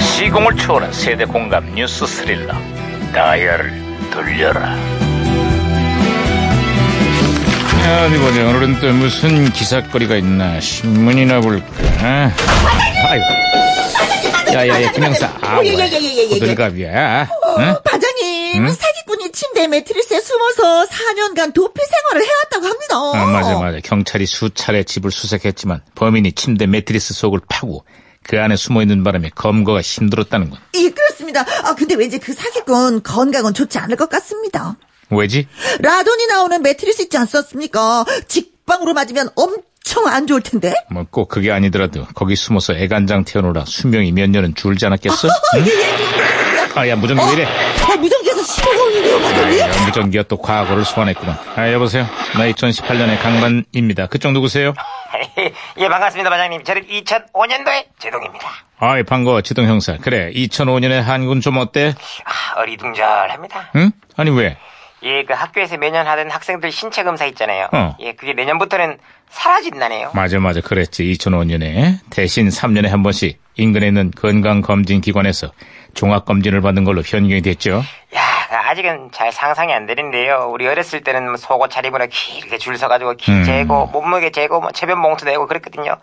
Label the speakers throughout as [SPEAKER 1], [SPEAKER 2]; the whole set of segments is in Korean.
[SPEAKER 1] 시공을 초월한 세대 공감 뉴스 스릴러 다이얼을 돌려라 야, 어디 보자 아, 오늘은 또 무슨 기사거리가 있나 신문이나 볼까 아유 야야야 김영사 아
[SPEAKER 2] 오, 예, 예, 예, 예, 예, 예.
[SPEAKER 1] 호들갑이야 응?
[SPEAKER 2] 반장님,
[SPEAKER 1] 응?
[SPEAKER 2] 사기꾼이 침대 매트리스에 숨어서 4년간 도피 생활을 해왔다고 합니다.
[SPEAKER 1] 아, 맞아 맞아 경찰이 수차례 집을 수색했지만 범인이 침대 매트리스 속을 파고 그 안에 숨어있는 바람에 검거가 힘들었다는 건
[SPEAKER 2] 예, 그렇습니다. 아, 근데 왠지 그 사기꾼 건강은 좋지 않을 것 같습니다.
[SPEAKER 1] 왜지?
[SPEAKER 2] 라돈이 나오는 매트리스 있지 않습니까? 직방으로 맞으면 엄청 안 좋을 텐데.
[SPEAKER 1] 뭐 꼭 그게 아니더라도 거기 숨어서 애간장 태어노라 수명이 몇 년은 줄지 않았겠어? 응?
[SPEAKER 2] 예,
[SPEAKER 1] 아야 무전기 왜 이래?
[SPEAKER 2] 아, 무전기에서 15분이네요, 반장님.
[SPEAKER 1] 야, 무전기가 또 과거를 소환했구만. 아 여보세요. 나 2018년의 강만입니다. 그쪽 누구세요?
[SPEAKER 3] 예, 반갑습니다, 반장님. 저는 2005년도에 제동입니다.
[SPEAKER 1] 아이 반가워 지동 형사. 그래 2005년의 한군 좀 어때?
[SPEAKER 3] 아, 어리둥절합니다.
[SPEAKER 1] 응? 아니 왜?
[SPEAKER 3] 예, 그 학교에서 매년 하던 학생들 신체 검사 있잖아요.
[SPEAKER 1] 어.
[SPEAKER 3] 예, 그게 내년부터는 사라진다네요.
[SPEAKER 1] 맞아 맞아 그랬지 2005년에 대신 3년에 한 번씩 인근에 있는 건강검진기관에서 종합검진을 받는 걸로 변경이 됐죠.
[SPEAKER 3] 야, 그 아직은 잘 상상이 안 되는데요. 우리 어렸을 때는 뭐 속옷 차림으로 길게 줄 서가지고 키
[SPEAKER 1] 음.
[SPEAKER 3] 재고 몸무게 재고 뭐 체변 봉투 내고 그랬거든요.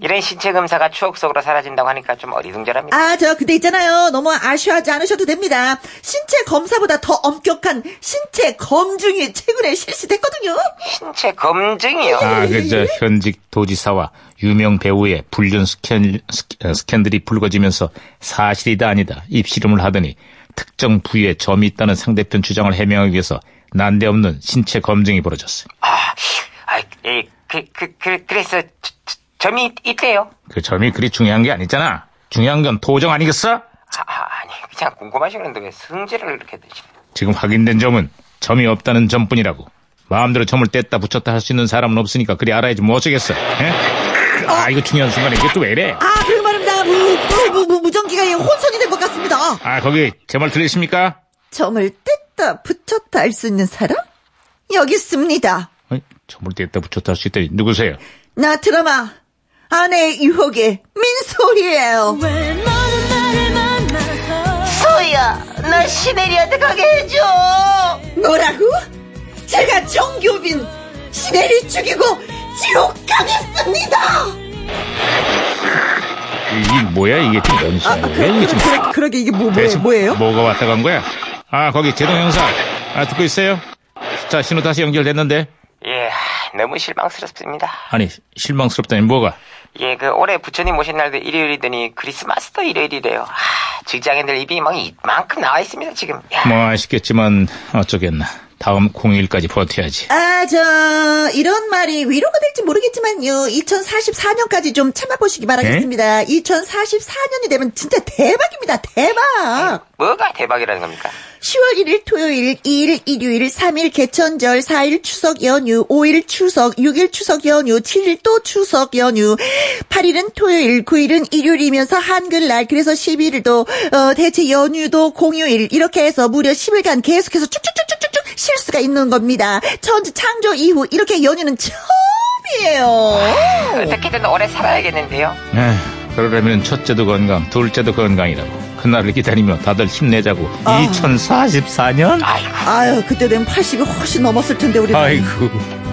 [SPEAKER 3] 이런 신체 검사가 추억 속으로 사라진다고 하니까 좀 어리둥절합니다.
[SPEAKER 2] 아, 저, 근데 있잖아요. 너무 아쉬워하지 않으셔도 됩니다. 신체 검사보다 더 엄격한 신체 검증이 최근에 실시됐거든요.
[SPEAKER 3] 신체 검증이요.
[SPEAKER 1] 아, 그저 현직 도지사와 유명 배우의 불륜 스캔, 들이 불거지면서 사실이다 아니다 입씨름을 하더니 특정 부위에 점이 있다는 상대편 주장을 해명하기 위해서 난데없는 신체 검증이 벌어졌어요.
[SPEAKER 3] 아, 아, 예, 그, 그, 그, 그래서 저- 저- 점이 있- 있대요.
[SPEAKER 1] 그 점이 그리 중요한 게 아니잖아. 중요한 건 도정 아니겠어?
[SPEAKER 3] 아, 아, 아니 그냥 궁금하시는데 왜 승질을 이렇게 드시는
[SPEAKER 1] 지금 확인된 점은 점이 없다는 점뿐이라고. 마음대로 점을 뗐다 붙였다 할 수 있는 사람은 없으니까 그리 알아야지 뭐 어쩌겠어. 에? 아, 이거 중요한 순간에 이게 또 왜 이래?
[SPEAKER 2] 아, 그리고 말입니다. 무, 무, 무, 무, 무전기가 예, 혼선이 된 것 같습니다.
[SPEAKER 1] 아, 거기 제 말 들리십니까?
[SPEAKER 2] 점을 뗐다 붙였다 할 수 있는 사람? 여기 있습니다.
[SPEAKER 1] 어이, 점을 뗐다 붙였다 할 수 있다니 누구세요?
[SPEAKER 2] 나 드라마 아내의 유혹의 민소희예요.
[SPEAKER 4] 왜 너는 나를 만나서
[SPEAKER 3] 소희야 나 시베리아한테 가게 해줘
[SPEAKER 2] 뭐라고? 제가 정교빈 시베리 죽이고 지옥 가겠습니다.
[SPEAKER 1] 이, 이 뭐야 이게 지금 뭔 소리야? 이게 지금
[SPEAKER 2] 아, 그러게 이게 뭐,
[SPEAKER 1] 대체 뭐가 왔다 간 거야? 아 거기 제동 형사, 아 듣고 있어요? 자 신호 다시 연결됐는데
[SPEAKER 3] 예 하, 너무 실망스럽습니다
[SPEAKER 1] 아니 실망스럽다니 뭐가?
[SPEAKER 3] 예 그 올해 부처님 오신 날도 일요일이더니 크리스마스도 일요일이래요 아, 직장인들 입이 막 이만큼 나와 있습니다 지금 야,
[SPEAKER 1] 뭐 아쉽겠지만 어쩌겠나. 다음 공휴일까지 버텨야지.
[SPEAKER 2] 아, 저, 이런 말이 위로가 될지 모르겠지만요. 2044년까지 좀 참아보시기 바라겠습니다. 2044년이 되면 진짜 대박입니다. 대박!
[SPEAKER 3] 뭐가 대박이라는 겁니까
[SPEAKER 2] 10월 1일 토요일, 2일 일요일, 3일 개천절, 4일 추석 연휴, 5일 추석, 6일 추석 연휴, 7일 또 추석 연휴, 8일은 토요일, 9일은 일요일이면서 한글날, 그래서 11일도 어, 대체 연휴도 공휴일 이렇게 해서 무려 10일간 계속해서 쭉쭉쭉쭉쭉 실수가 있는 겁니다. 천지 창조 이후 이렇게 연휴는 처음이에요.
[SPEAKER 3] 어떻게든 오래 살아야겠는데요
[SPEAKER 1] 에휴, 그러려면 첫째도 건강, 둘째도 건강이라고. 그날을 기다리며 다들 힘내자고.
[SPEAKER 2] 아.
[SPEAKER 1] 2044년?
[SPEAKER 3] 아이고
[SPEAKER 2] 아유, 그때 되면 80이 훨씬 넘었을 텐데 우리.
[SPEAKER 1] 아이고.